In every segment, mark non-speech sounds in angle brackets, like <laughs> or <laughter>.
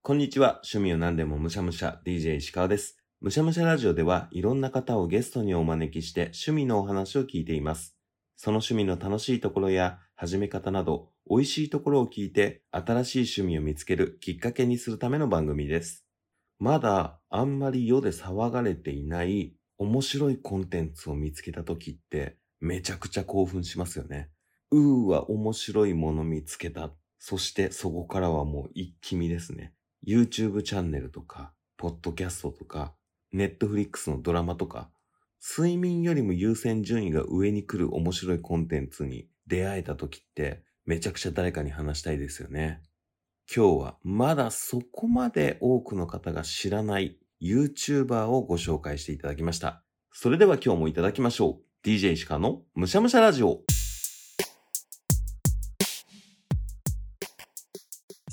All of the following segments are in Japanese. こんにちは。趣味を何でもむしゃむしゃ、DJ 石川です。むしゃむしゃラジオでは、いろんな方をゲストにお招きして、趣味のお話を聞いています。その趣味の楽しいところや、始め方など、美味しいところを聞いて、新しい趣味を見つけるきっかけにするための番組です。まだ、あんまり世で騒がれていない、面白いコンテンツを見つけた時って、めちゃくちゃ興奮しますよね。うーは面白いもの見つけた。そして、そこからはもう一気見ですね。YouTube チャンネルとか、ポッドキャストとか、Netflix のドラマとか、睡眠よりも優先順位が上に来る面白いコンテンツに出会えた時って、めちゃくちゃ誰かに話したいですよね。今日はまだそこまで多くの方が知らない YouTuber をご紹介していただきました。それでは今日もいただきましょう。DJ 石川のむしゃむしゃラジオ。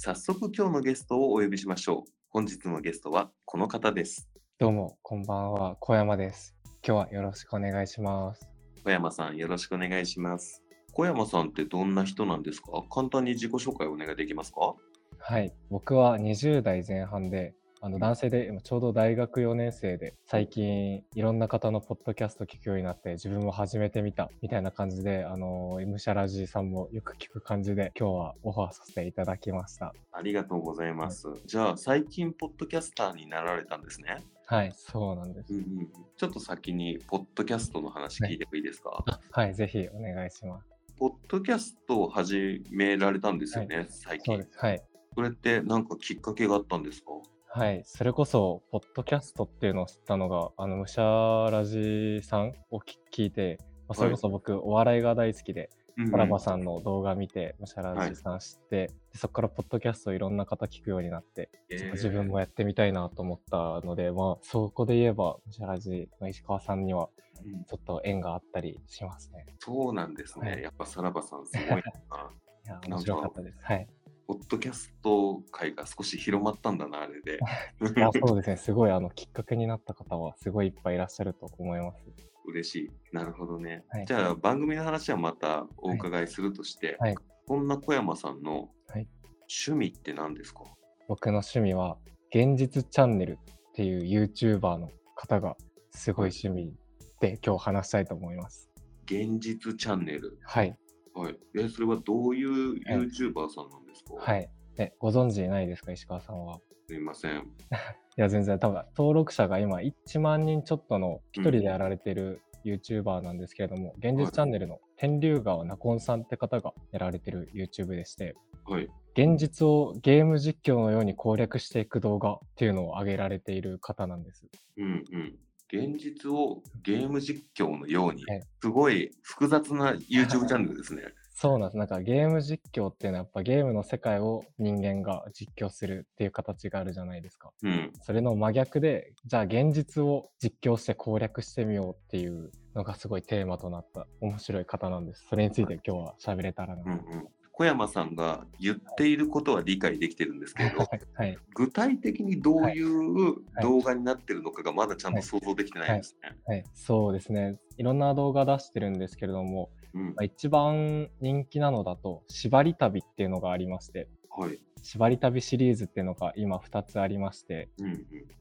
早速今日のゲストをお呼びしましょう。本日のゲストはこの方です。どうも、こんばんは、小山です。今日はよろしくお願いします。小山さんよろしくお願いします。小山さんってどんな人なんですか簡単に自己紹介お願いできますかはい、僕は20代前半で、あの男性で今ちょうど大学4年生で、最近いろんな方のポッドキャスト聞くようになって、自分も始めてみたみたいな感じで、あの、M シャラジーさんもよく聞く感じで、今日はオファーさせていただきました。ありがとうございます。じゃあ最近ポッドキャスターになられたんですね。はい、そうなんです。うんうん、ちょっと先にポッドキャストの話聞いてもいいですか、はい、ぜひお願いします。ポッドキャストを始められたんですよね、最そ近うです。はい。それってなんかきっかけがあったんですかはい、それこそ、ポッドキャストっていうのを知ったのが、あの、むしゃらじさんをき聞いて、まあそれこそ僕、お笑いが大好きで、コラボさんの動画見て、むしゃらじさん知って、でそこからポッドキャストいろんな方聞くようになって、えー自分もやってみたいなと思ったので、まあ、そこで言えば、むしゃらじの石川さんには、うんちょっと縁があったりしますね。そうなんですね、はいやっぱさらばさんす <laughs> ごいないや、か面白かったです。はい。ポッドキャスト界が少し広まったんだなあれでいやそうですね、すごい、あの、きっかけになった方は、すごいいっぱいいらっしゃると思います。嬉しいなるほどね、はいじゃあ番組の話はまたお伺いするとして、はいこんな小山さんのはい趣味って何ですか、僕の趣味は現実チャンネルっていう YouTuber の方がすごい趣味で今日話したいと思います。現実チャンネルはい。はい。え、それはどういうはい YouTuber さんなんですか。はいい。ね、ご存知ないですか、石川さんは。すいません。いや、全然、多分、登録者が今1万人ちょっとの一人でやられてる YouTuber なんですけれども、現実チャンネルの天竜川ナコンさんって方がやられてる YouTube でして、はい。現実をゲーム実況のように攻略していく動画っていうのを上げられている方なんです。うんうん。現実をゲーム実況のようにはい、すごい複雑な YouTube チャンネルですね。そうなんです。なんかゲーム実況っていうのはやっぱゲームの世界を人間が実況するっていう形があるじゃないですか。うん。それの真逆で、じゃあ現実を実況して攻略してみようっていうのがすごいテーマとなった面白い方なんです。それについて今日は喋れたらな。うんうはん。小山さんが言っていることは理解できてるんですけど、い。具体的にどういうはい動画になってるのかがまだちゃんと想像できてないですね。はい。そうですね。いろんな動画出してるんですけれども、うんまあ、。一番人気なのだと、縛り旅っていうのがありまして、はい。縛り旅シリーズっていうのが今2つありまして、うんう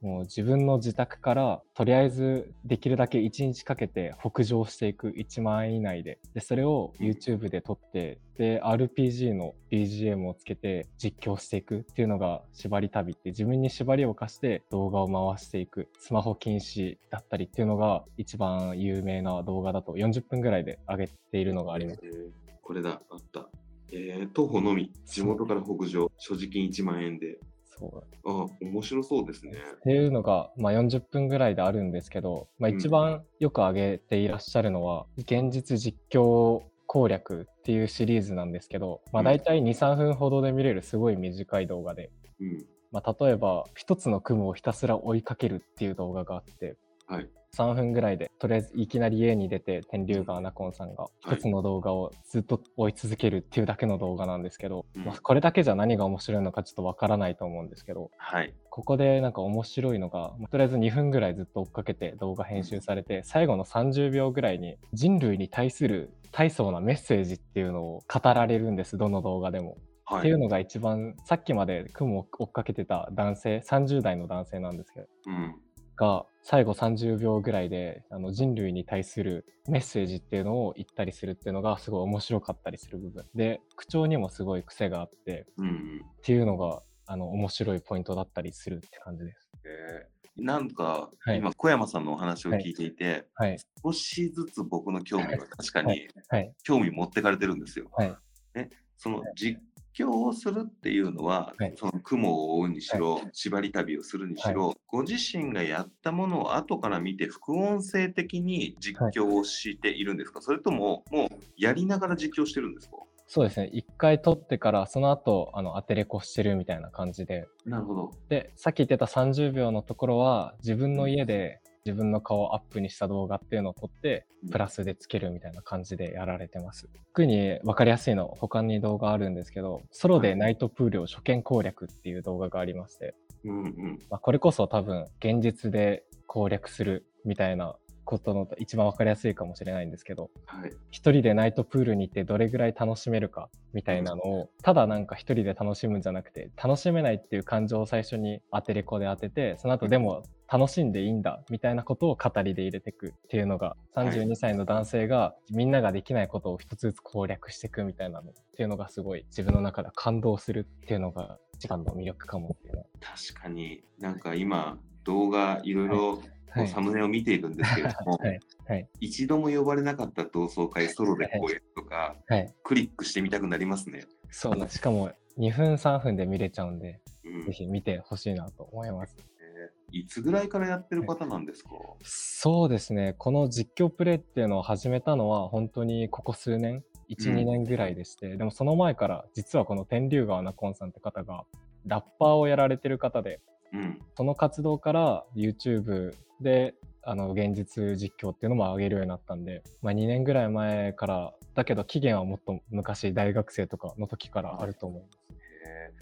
ん。もう自分の自宅からとりあえずできるだけ1日かけて北上していく1万円以内ででそれを YouTube で撮ってで RPG の BGM をつけて実況していくっていうのが縛り旅って自分に縛りを課して動画を回していくスマホ禁止だったりっていうのが一番有名な動画だと40分ぐらいで上げているのがあります。えーこれだ、あった。えー徒歩のみ、地元から北上、所持金1万円で。そうあ、面白そうですね。っていうのが、まあ、40分ぐらいであるんですけど、まあ、うん一番よく挙げていらっしゃるのは「現実実況攻略」っていうシリーズなんですけど、うまあ、ん大体23分ほどで見れるすごい短い動画で、うん。まあ、例えば一つの雲をひたすら追いかけるっていう動画があってはい。 3分ぐらいでとりあえずいきなり家に出て天竜川ナコンさんがはい一つの動画をずっと追い続けるっていうだけの動画なんですけど、うんまあ、これだけじゃ何が面白いのかちょっとわからないと思うんですけどはい。ここでなんか面白いのが、まあとりあえず2分ぐらいずっと追っかけて動画編集されて、最後の30秒ぐらいに人類に対する大層なメッセージっていうのを語られるんです、どの動画でも。はっていうのが一番さっきまで雲を追っかけてた男性30代の男性なんですけどうん。が最後30秒ぐらいであの人類に対するメッセージっていうのを言ったりするっていうのがすごい面白かったりする部分で口調にもすごい癖があってうんうん。っていうのがあの面白いポイントだったりするって感じです。えーなんか、はい今、小山さんのお話を聞いていて、はい、少しずつ僕の興味が確かにはい、興味持ってかれてるんですよ。はいね、その実況をするっていうのは、はいその雲を追うにしろ、縛り旅をするにしろ、ご自身がやったものを後から見て副音声的に実況をしているんですか、それとももうやりながら実況してるんですかそうですね一回撮ってからその後あのアテレコしてるみたいな感じでなるほど。でさっき言ってた30秒のところは自分の家で自分の顔をアップにした動画っていうのを撮ってプラス。スでつけるみたいな感じでやられてます特に分かりやすいの他に動画あるんですけどソロでナイトプールを初見攻略っていう動画がありまして、うんうん。まあ、これこそ多分現実で攻略するみたいなことの一番分かりやすいかもしれないんですけどはい。一人でナイトプールに行ってどれぐらい楽しめるかみたいなのをただなんか一人で楽しむんじゃなくて楽しめないっていう感情を最初にアテレコで当ててその後でも楽しんでいいんだみたいなことを語りで入れていくっていうのが32歳の男性がみんなができないことを一つずつ攻略していくみたいなのっていうのがすごい自分の中で感動するっていうのが一番の魅力かもっていうのは確かになんか今、動画いろいろはいサムネを見ているんですけれども、 <laughs> はいはい一度も呼ばれなかった同窓会ソロでこうやるとか、はいクリックしてみたくなりますね。そうなんですしかも2分3分で見れちゃうんでうんぜひ見てほしいなと思いますえーいつぐらいからやってる方なんですか、そうですね、この実況プレイっていうのを始めたのは、本当にここ数年、1、うん2年ぐらいでして、でもその前から、実はこの天竜川なこんさんって方が、ラッパーをやられてる方で、うん。その活動から YouTube で、あの現実実況っていうのも上げるようになったんで、まあ、2年ぐらい前から、だけど期限はもっと昔、大学生とかの時からあると思いまえす。ー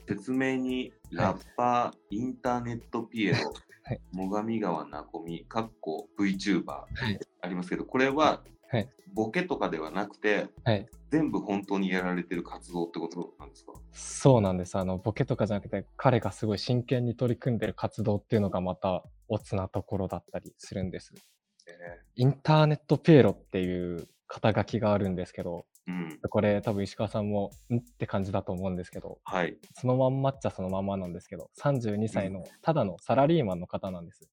説明に、ラッパー、インターネットピエロ、 <laughs> はい最上川なこみ、かっこ VTuber はいありますけど、これは、はいボケとかではなくて、はい全部本当にやられてる活動ってことなんですかそうなんです。あの、ボケとかじゃなくて、彼がすごい真剣に取り組んでる活動っていうのがまた、おつなところだったりするんです。えインターネットピエロっていう肩書きがあるんですけど、ーうん。これ多分石川さんも、んって感じだと思うんですけど、はい。そのまんまっちゃそのまんまなんですけど、32歳のただのサラリーマンの方なんです。えー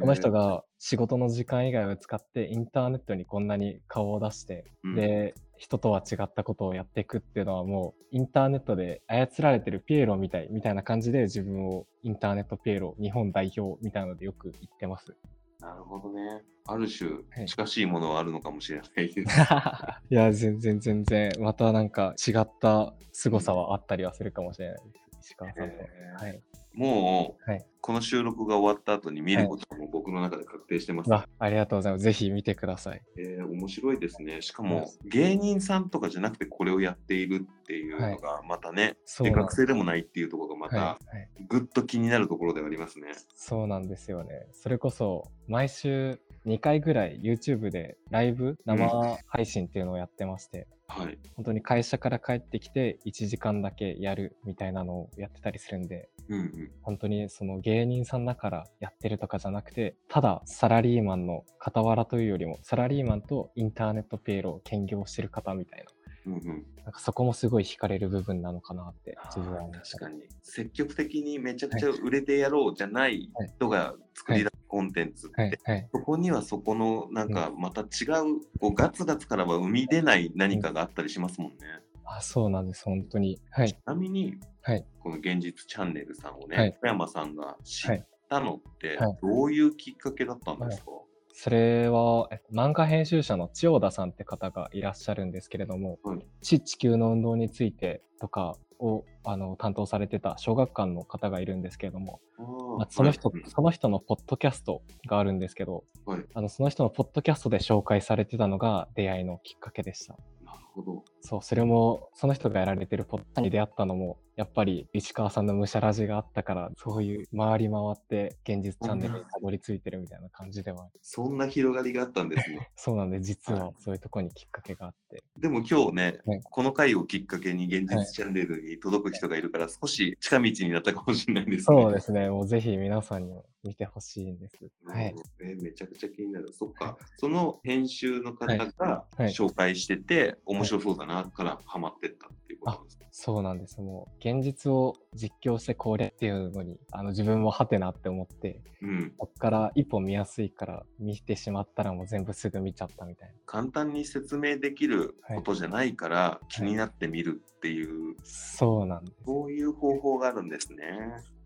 この人、が仕事の時間以外を使ってインターネットにこんなに顔を出して、うん、で人とは違ったことをやっていくっていうのはもうインターネットで操られてるピエロみたいみたいな感じで自分をインターネットピエロ日本代表みたいなのでよく言っ <laughs> てます。なるほどね。あるは種、い近しいものはあるのかもしれない <laughs> です。いや全然全然またなんか違った凄さはあったりはするかもしれないです石川さんと。えーはい、もう、はいこの収録が終わった後に見ることはもう僕の中で確定してます。あありがとうございます。ぜひ見てください。えー面白いですね。しかも芸人さんとかじゃなくてこれをやっているっていうのがまたね、そうでなん学生でもないっていうところがまはいはたい、ぐっと気になるところではありますね。そうなんですよね。それこそ毎週2回ぐらい YouTube でライブ生配信っていうのをやってまして、はい。本当に会社から帰ってきて1時間だけやるみたいなのをやってたりするんでうんうん。本当にその芸人さんだからやってるとかじゃなくてただサラリーマンの傍らというよりもサラリーマンとインターネットピエロを兼業してる方みたいうんうん、ななんかそこもすごい惹かれる部分なのかなってあ自分は思ーいまし確たかに積極的にめちゃくちゃ売れてやろうじゃないはい人が作り出すコンテンツって、はいはいそこにはそこのなんかまた違うこうガツガツからは生み出ない何かがあったりしますもんね。あそうなんです本当にはいちなみに、はいこの現実チャンネルさんをね、はい小山さんが知ったのって、はいどういうきっかけだったんですか、それはえ漫画編集者の千代田さんって方がいらっしゃるんですけれども、はい地地球の運動についてとかをあの担当されてた小学館の方がいるんですけれども、あまあーその人はいその人のポッドキャストがあるんですけど、はいあのその人のポッドキャストで紹介されてたのが出会いのきっかけでした。なるほど。そう、それも、その人がやられてるポッドに出会ったのも、やっぱり石川さんのむしゃらじがあったから、そういう回り回って現実チャンネルにたどり着いてるみたいな感じではある、そんな広がりがあったんですね。そうなんで、実ははいそういうとこにきっかけがあって、でも今日ね、はいこの回をきっかけに現は実いチャンネルに届く人がいるから、少し近道になったかもしれないですね。そうですね、もうぜひ皆さんにも見てほしいんです。はなるいほ。どねめちゃくちゃ気になる。そっか、その編集の方がいはい紹介してて、面白そうだなからハマってったっていうことなんですね。そうなんです。もう、現実を実況して攻略っていうのに、あの自分もハテナって思って、うん、こっから一歩見やすいから、見てしまったらもう全部すぐ見ちゃったみたいな。簡単に説明できることじゃないから気になってみるっていう、そうなんです。そういう方法があるんですね。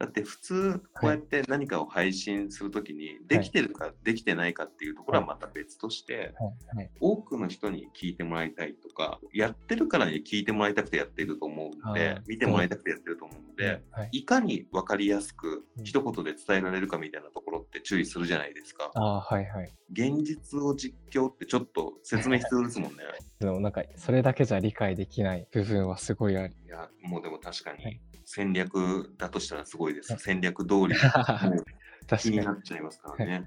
だって普通こうやって何かを配信するときにできてるかできてないかっていうところはまた別としてはいはい多くの人に聞いてもらいたいとかやってるからに聞いてもらいたくてやってると思うのはでい見てもらいたくてやってると思うので。はい、いかに分かりやすくうん一言で伝えられるかみたいなところって注意するじゃないですか。ああ、はいはい。現実を実況ってちょっと説明必要ですもんね。でもなんか、それだけじゃ理解できない部分はすごい <laughs> あり。いや、もうでも確かはにい戦略だとしたらすごいです。はい戦略 <laughs> 通りもう気確にかにな。っちゃいますからね。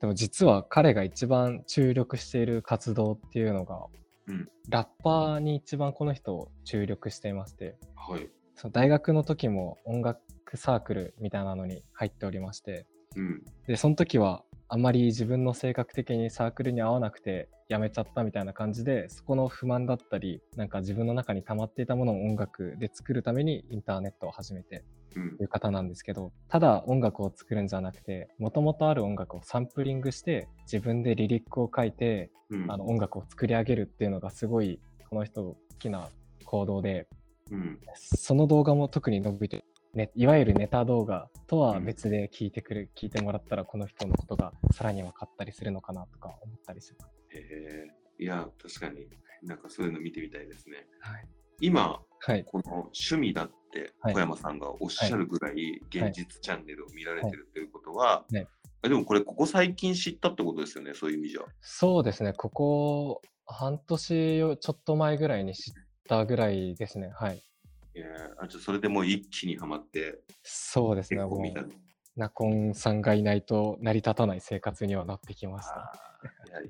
でも実は彼が一番注力している活動っていうのが、うんラッパーに一番この人を注力していまして、はい。その大学の時も音楽サークルみたいなのに入っておりまして、うん。で、その時はあまり自分の性格的にサークルに合わなくて辞めちゃったみたいな感じで、そこの不満だったり、なんか自分の中に溜まっていたものを音楽で作るためにインターネットを始めて、うんい。う方なんですけどただ音楽を作るんじゃなくてもともとある音楽をサンプリングして自分でリリックを書いて、うん。あの音楽を作り上げるっていうのがすごいこの人好きな行動でうん。その動画も特に伸びて、ね、いわゆるネタ動画とは別で聞いてくる、聞いてもらったらこの人のことがさらに分かったりするのかなとか思ったりします。えー、いや、確かになんかそういうの見てみたいですね。はい今、はい、この趣味だってはい小山さんがおっしゃるぐらいはい現実チャンネルを見られてるということは、ねあでもこれここ最近知ったってことですよねそういう意味じゃ。そうですねここ半年よちょっと前ぐらいに知ったぐらいですねはいえー、あじゃあそれでもう一気にはまってそうですね結構もう見たいナコンさんがいないと成り立たない生活にはなってきました。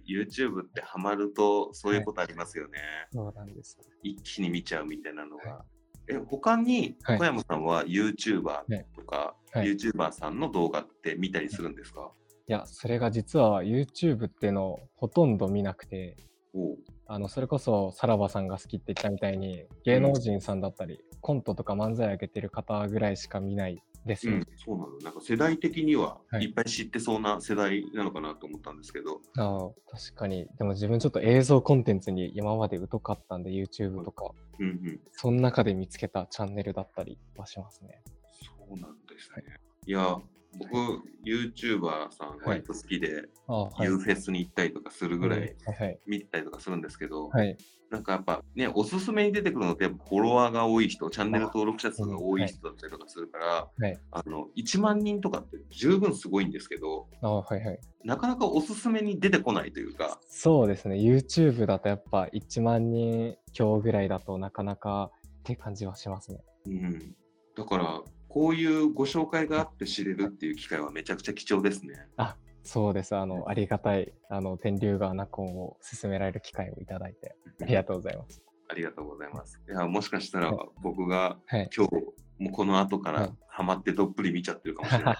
いや YouTube ってハマるとそういうことありますよね、そうなんです。一気に見ちゃうみたいなのが。はえ他にはい小山さんは YouTuber とか、はい YouTuber さんの動画って見たりするんですか、いや、それが実は YouTube っていうのをほとんど見なくて、おうあの、それこそさらばさんが好きって言ったみたいに、芸能人さんだったり、コントとか漫才上げてる方ぐらいしか見ないですうね。ん、そうなのなんか世代的にははいいっぱい知ってそうな世代なのかなと思ったんですけど、ああ確かに。でも自分ちょっと映像コンテンツに今まで疎かったんで、YouTube とか、うんうん、その中で見つけたチャンネルだったりはしますね。そうなんですね。いや、僕、YouTuber さん割と好きで、ああ、ユーフェスに行ったりとかするぐらいはいはい。見てたりとかするんですけど、はい。なんかやっぱね、おすすめに出てくるのって、フォロワーが多い人、チャンネル登録者数が多い人だったりとかするから、はいあの1万人とかって十分すごいんですけど、ああ、はいはい。なかなかおすすめに出てこないというか、そうですね、YouTube だとやっぱ1万人強ぐらいだとなかなかって感じはしますね。うん、だから、こういうご紹介があって知れるっていう機会はめちゃくちゃ貴重ですね。あそうです、あの、ありがたい、あの、天竜川ナコンを勧められる機会をいただいて、ありがとうございます。ありがとうございます。いや、もしかしたらは僕がはい。今日、もうこの後かはらいハマってどっぷり見ちゃってるかもしれ <laughs> ない。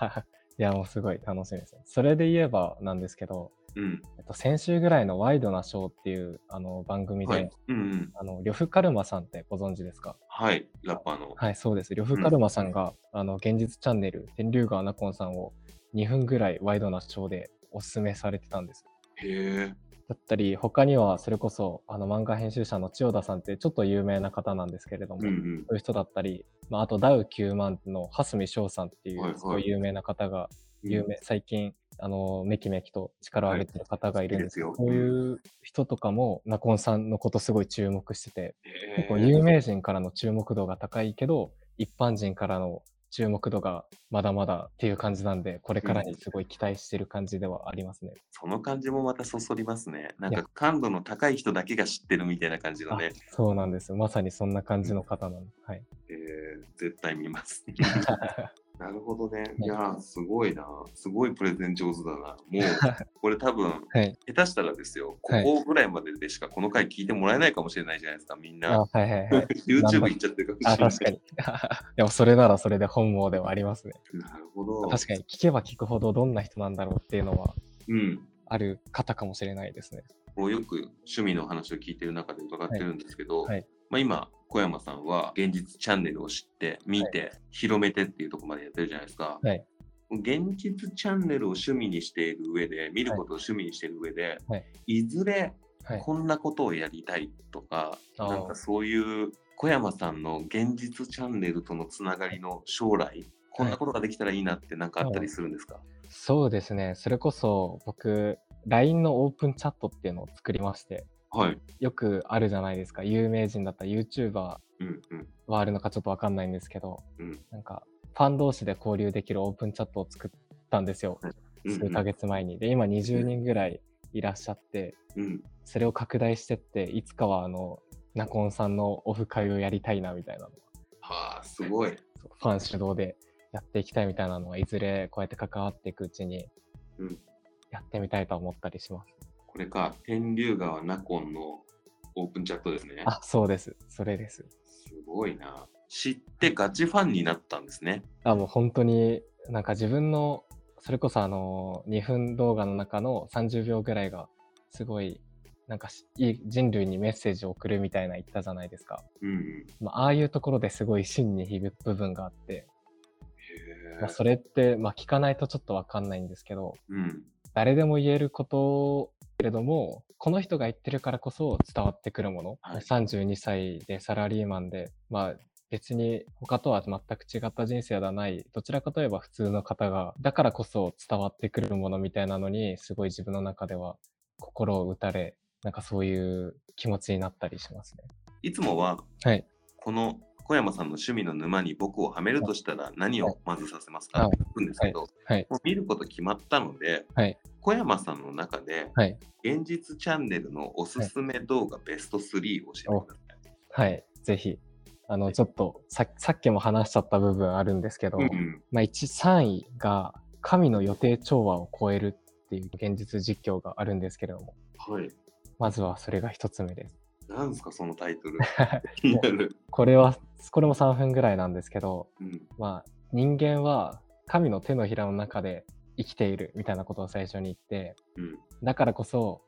いや、もうすごい楽しみですね。それで言えばなんですけど、うん。えっと、先週ぐらいのワイドなショーっていうあの番組で、はい。うんうん。あの、呂布カルマさんってご存知ですかはい。ラッパーの。はい、そうです。呂布カルマさんが、あの現実チャンネル、天竜川ナコンさんを2分ぐらいワイドなショーでおすすめされてたんです。へえ。だったり、他にはそれこそあの漫画編集者の千代田さんってちょっと有名な方なんですけれども、うんうそん。ういう人だったり、まあ、あとダウ9万の蓮見翔さんっていはいはいうすごい有名な方が、有名、最近、あのめきめきと力を上げてる方がいるんですけど、はいこういう人とかもナコンさんのことすごい注目してて、へえ結構有名人からの注目度が高いけど、一般人からの注目度がまだまだっていう感じなんで、これからにすごい期待してる感じではありますね。その感じもまたそそりますね。なんか感度の高い人だけが知ってるみたいな感じのあね、そうなんです。まさにそんな感じの方なの。 <laughs> はい。えー絶対見 <laughs> ます。なるほどね。いやー、すごいな。すごいプレゼン上手だな。も <laughs> う、これ多分、はい。下手したらですよ、こはいこぐらいまででしかこの回聞いてもらえないかもしれないじゃないですか、みんあ、な。はいはいはい。 YouTube 行っちゃってるかもあ、しれない確。かに。い <laughs> や、それならそれで本望ではありますね。なるほど。確かに聞けば聞くほどどんな人なんだろうっていうのはうん。ある方かもしれないですね。こうよく趣味の話を聞いてる中で伺ってるんですけど、はいはいまあ、今、小山さんは現実チャンネルを知って、見て、広めてっていうところまでやってるじゃないですか。はい現実チャンネルを趣味にしている上で、見ることを趣味にしている上で、、はいずれはい。こんなことをやりたいとか、あーなんかそういう小山さんの現実チャンネルとのつながりの将来、こんなことができたらいいなってなんかあったりするんですか、そうですね。それこそ僕、LINE のオープンチャットっていうのを作りまして、はい。よくあるじゃないですか。有名人だったら YouTuber うんうん。はあるのかちょっとわかんないんですけど、うんなんかファン同士で交流できるオープンチャットを作ったんですよ。うん数ヶ月前に。で、今20人ぐらいいらっしゃって、うん。それを拡大してって、いつかはあの、ナコンさんのオフ会をやりたいなみたいなのはあ、すごい。そうファン主導でやっていきたいみたいなのは、いずれこうやって関わっていくうちにうん、やってみたいと思ったりします。これか、天竜川ナコンのオープンチャットですね。あ、そうです。それです。すごいな。知ってガチファンになったんですね。あ、もう本当になんか自分の、それこそあの、2分動画の中の30秒ぐらいが、すごい、なんかしいい人類にメッセージを送るみたいな言ったじゃないですか。うんうん。まあ、ああいうところですごい真に響く部分があって、へまあ、え。それって、まあ、聞かないとちょっとわかんないんですけど、うん。誰でも言えることけれども、この人が言ってるからこそ伝わってくるもの。はい32歳でサラリーマンで、まあ別に他とは全く違った人生ではない、どちらかといえば普通の方が、だからこそ伝わってくるものみたいなのに、すごい自分の中では心を打たれ、なんかそういう気持ちになったりしますね。いつもは、はい。この小山さんの趣味の沼に僕をはめるとしたら何をまずさせますかはいって聞くんですけど、はい。もう見ること決まったので、はい小山さんの中で、はい現実チャンネルのおすすめ動画ベスト3を教えてください。はい。ぜひ。あの、ちょっとさ、さっきも話しちゃった部分あるんですけど、うんまあ、1、3位が神の予定調和を超えるっていう現実実況があるんですけれども、うん、はい。まずはそれが1つ目です。なんですか、そのタイト <laughs> ル。気になる。これは、これも3分ぐらいなんですけど、うんまあ、人間は神の手のひらの中で生きているみたいなことを最初に言って、うんだからこそ、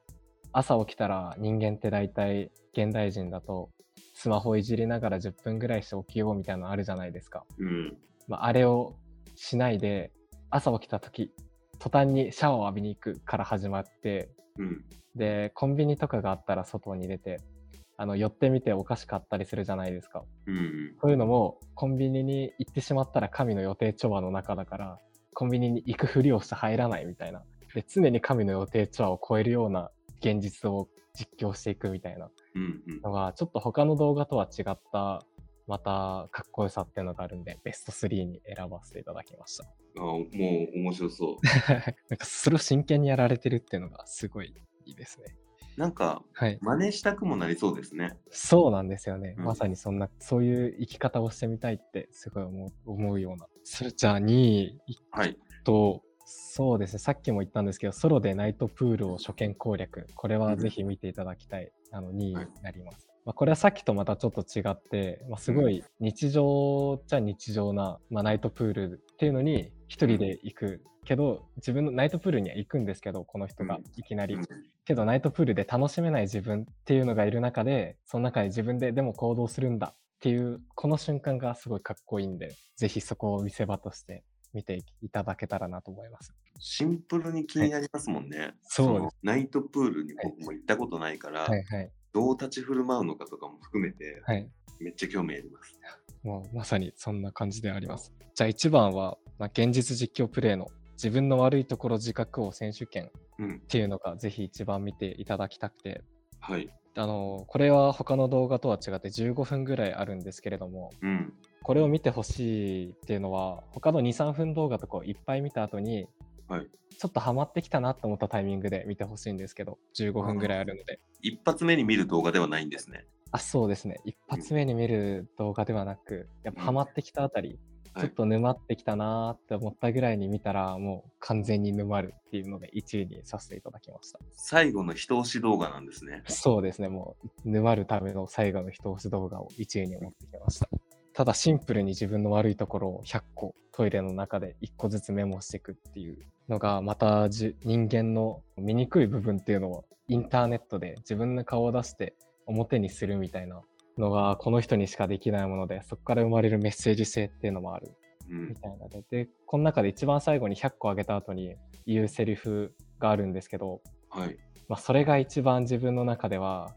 朝起きたら人間って大体現代人だと、スマホいじりながら10分ぐらいして起きようみたいなのあるじゃないですか。うんまあ、あれをしないで朝起きた時途端にシャワーを浴びに行くから始まってうんでコンビニとかがあったら外に出てあの寄ってみておかしかったりするじゃないですかうんそういうのもコンビニに行ってしまったら神の予定調和の中だからコンビニに行くふりをして入らないみたいなで常に神の予定調和を超えるような現実を実況していくみたいなうんうんのがちょっと他の動画とは違ったまたかっこよさっていうのがあるんでベスト3に選ばせていただきましたあもう面白そう。なんかそれを真剣にやられてるっていうのがすごいいいですね。 <laughs> なんかはい。真似したくもなりそうですね。そうなんですよね。うんまさにそんな、そういう生き方をしてみたいってすごい思う思うような。それじゃあ2位はい。と、そうですね。さっきも言ったんですけど、ソロでナイトプールを初見攻略。これはぜひ見ていただきたい。あの2位になります。まあ、これはさっきとまたちょっと違って、まあ、すごい日常じゃ日常な、まあ、ナイトプールっていうのに一人で行くけど、自分のナイトプールには行くんですけど、この人がうんいきなりうん。けどナイトプールで楽しめない自分っていうのがいる中でその中で自分ででも行動するんだっていうこの瞬間がすごいかっこいいんでぜひそこを見せ場として見ていただけたらなと思いますシンプルに気になりますもんね。そうですのナイトプールに僕も行ったことないから、はいはいどう立ち振る舞うのかとかも含めて、はいめっちゃ興味あります。もうまさにそんな感じでありますじゃあ1番は、まあ、現実実況プレイの自分の悪いところ自覚を選手権っうん。ていうのがぜひ一番見ていただきたくてはい。あのこれは他の動画とは違って15分ぐらいあるんですけれどもうん。これを見てほしいっていうのは他の23分動画とかをいっぱい見た後に、はいちょっとハマってきたなと思ったタイミングで見てほしいんですけど15分ぐらいあるので一発目に見る動画ではないんですね。あそうですね一発目に見る動画ではなくやっぱハマってきたあたり、はいちょっと沼ってきたなーって思ったぐらいに見たらもう完全に沼るっていうので1位にさせていただきました最後の一押し動画なんですね。そうですね、もう、沼るための最後の一押し動画を1位に持ってきました。ただシンプルに自分の悪いところを100個トイレの中で1個ずつメモしていくっていうのがまたじ人間の醜い部分っていうのをインターネットで自分の顔を出して表にするみたいなのがこの人にしかできないものでそこから生まれるメッセージ性っていうのもあるうみん。たいなのででこの中で一番最後に100個あげた後に言うセリフがあるんですけどはい。まあ、それが一番自分の中では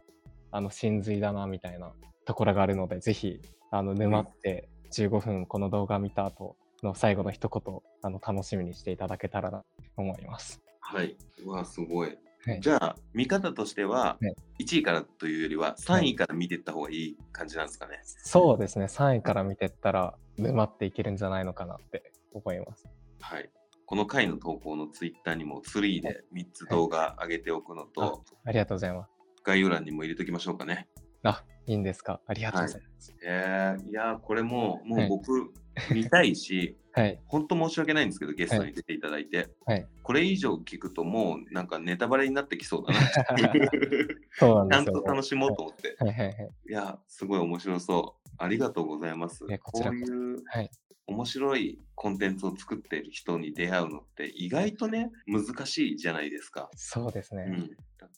あの真髄だなみたいなところがあるのでぜひあの沼って15分この動画見た後の最後の一言あの楽しみにしていただけたらなと思います。はい。うわ、すごい。はいじゃあ、見方としてははい、 1位からというよりは、3位から見ていった方がいい感じなんですかね。そうですね3位から見てったら沼っていけるんじゃないのかなって思います。はい。この回の投稿のツイッターにも3で3つ動画上げておくのと、はいありがとうございます。概要欄にも入れときましょうかね。あいいんですかありがとうございます。えー、いやーこれもう、もはうい僕、見たいし、 <laughs> はい、本当申し訳ないんですけど、ゲストに出ていただいて、はいこれ以上聞くと、もうなんかネタバレになってき <laughs> そうだなっていう。そ <laughs> うちなゃんんですとよ。楽しもうと思って。はいはいはい。いや、すごい面白そう。ありがとうございます。いやここちらうこそいうはい面白いコンテンツを作っている人に出会うのって意外とね、難しいじゃないですか。そうですね。うん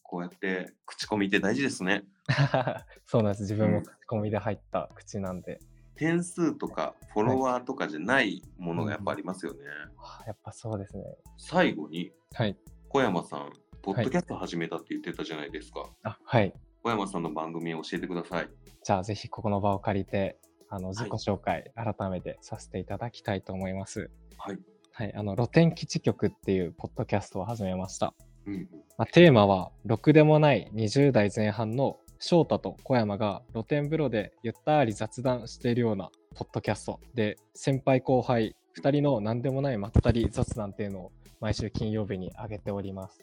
こうやって口コミって大事ですね。 <laughs> そうなんです。自分うもん口コミで入った口なんで、点数とかフォロワーとかじゃないものがやっぱありますよね。あやっぱそうですね。最後にはい。小山さん、ポッドキャスト始めたって言ってたじゃないですか。あはい。小山さんの番組を教えてください。じゃあ、ぜひここの場を借りて、あのい自己紹介、改めてさせていただきたいと思います。はい。はい。あの、露天基地局っていうポッドキャストを始めました。うん、まあ、テーマは、ろくでもない20代前半の翔太と小山が露天風呂でゆったり雑談しているようなポッドキャストで、先輩後輩2人の何でもないまったり雑談っていうのを毎週金曜日に上げております。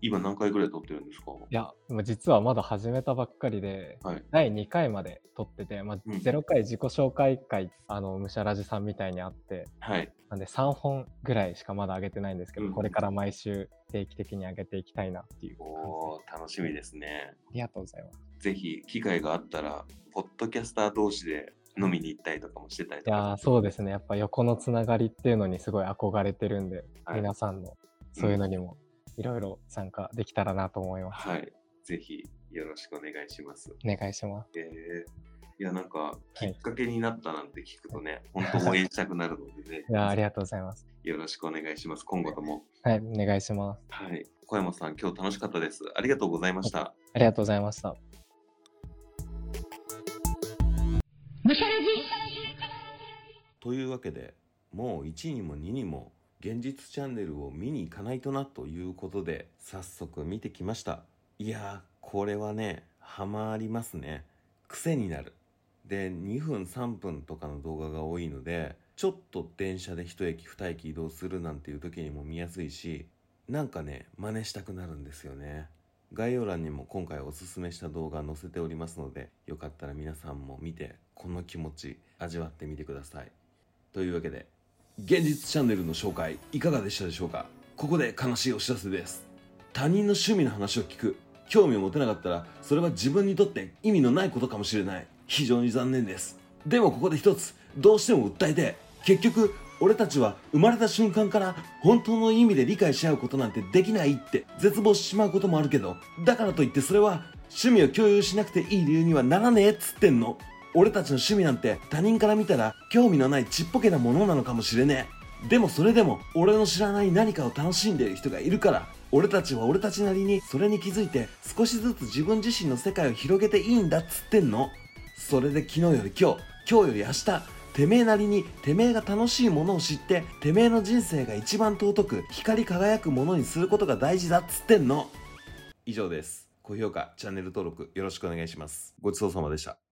今何回ぐらい撮ってるんですかいや、でも実はまだ始めたばっかりで、はい第2回まで撮ってて、まあ、うん0回自己紹介会、あの、むしゃらじさんみたいにあって、はい。なんで3本ぐらいしかまだ上げてないんですけど、うんこれから毎週定期的に上げていきたいなっていう感じおでー、楽しみですね。ありがとうございます。ぜひ機会があったら、ポッドキャスター同士で飲みに行ったりとかもしてたりいとか。やーそうですね、やっぱ横のつながりっていうのにすごい憧れてるんで、はい皆さんのそういうのにもいろいろ参加できたらなと思います。はい。ぜひよろしくお願いします。お願いします。えー、いや、なんか、きはいっかけになったなんて聞くとね、本当応援したくなるので <laughs> ね。いやーありがとうございます。よろしくお願いします。今後とも。はい、お願いします。はい。小山さん、今日楽しかったです。ありがとうございました。ありがとうございました。むしゃらじというわけでもう1にも2にも現実チャンネルを見に行かないとなということで早速見てきましたいやーこれはねハマりますね癖になるで2分3分とかの動画が多いのでちょっと電車で1駅2駅移動するなんていう時にも見やすいしなんかね真似したくなるんですよね概要欄にも今回おすすめした動画載せておりますのでよかったら皆さんも見てこの気持ち味わってみてくださいというわけで現実チャンネルの紹介いかがでしたでしょうかここで悲しいお知らせです他人の趣味の話を聞く興味を持てなかったらそれは自分にとって意味のないことかもしれない非常に残念ですでもここで一つどうしても訴えて結局俺たちは生まれた瞬間から本当の意味で理解し合うことなんてできないって絶望してしまうこともあるけどだからといってそれは趣味を共有しなくていい理由にはならねえっつってんの俺たちの趣味なんて他人から見たら興味のないちっぽけなものなのかもしれねえでもそれでも俺の知らない何かを楽しんでいる人がいるから俺たちは俺たちなりにそれに気づいて少しずつ自分自身の世界を広げていいんだっつってんのそれで昨日より今日今日より明日てめえなりにてめえが楽しいものを知っててめえの人生が一番尊く光り輝くものにすることが大事だっつってんの以上です高評価チャンネル登録よろしくお願いしますごちそうさまでした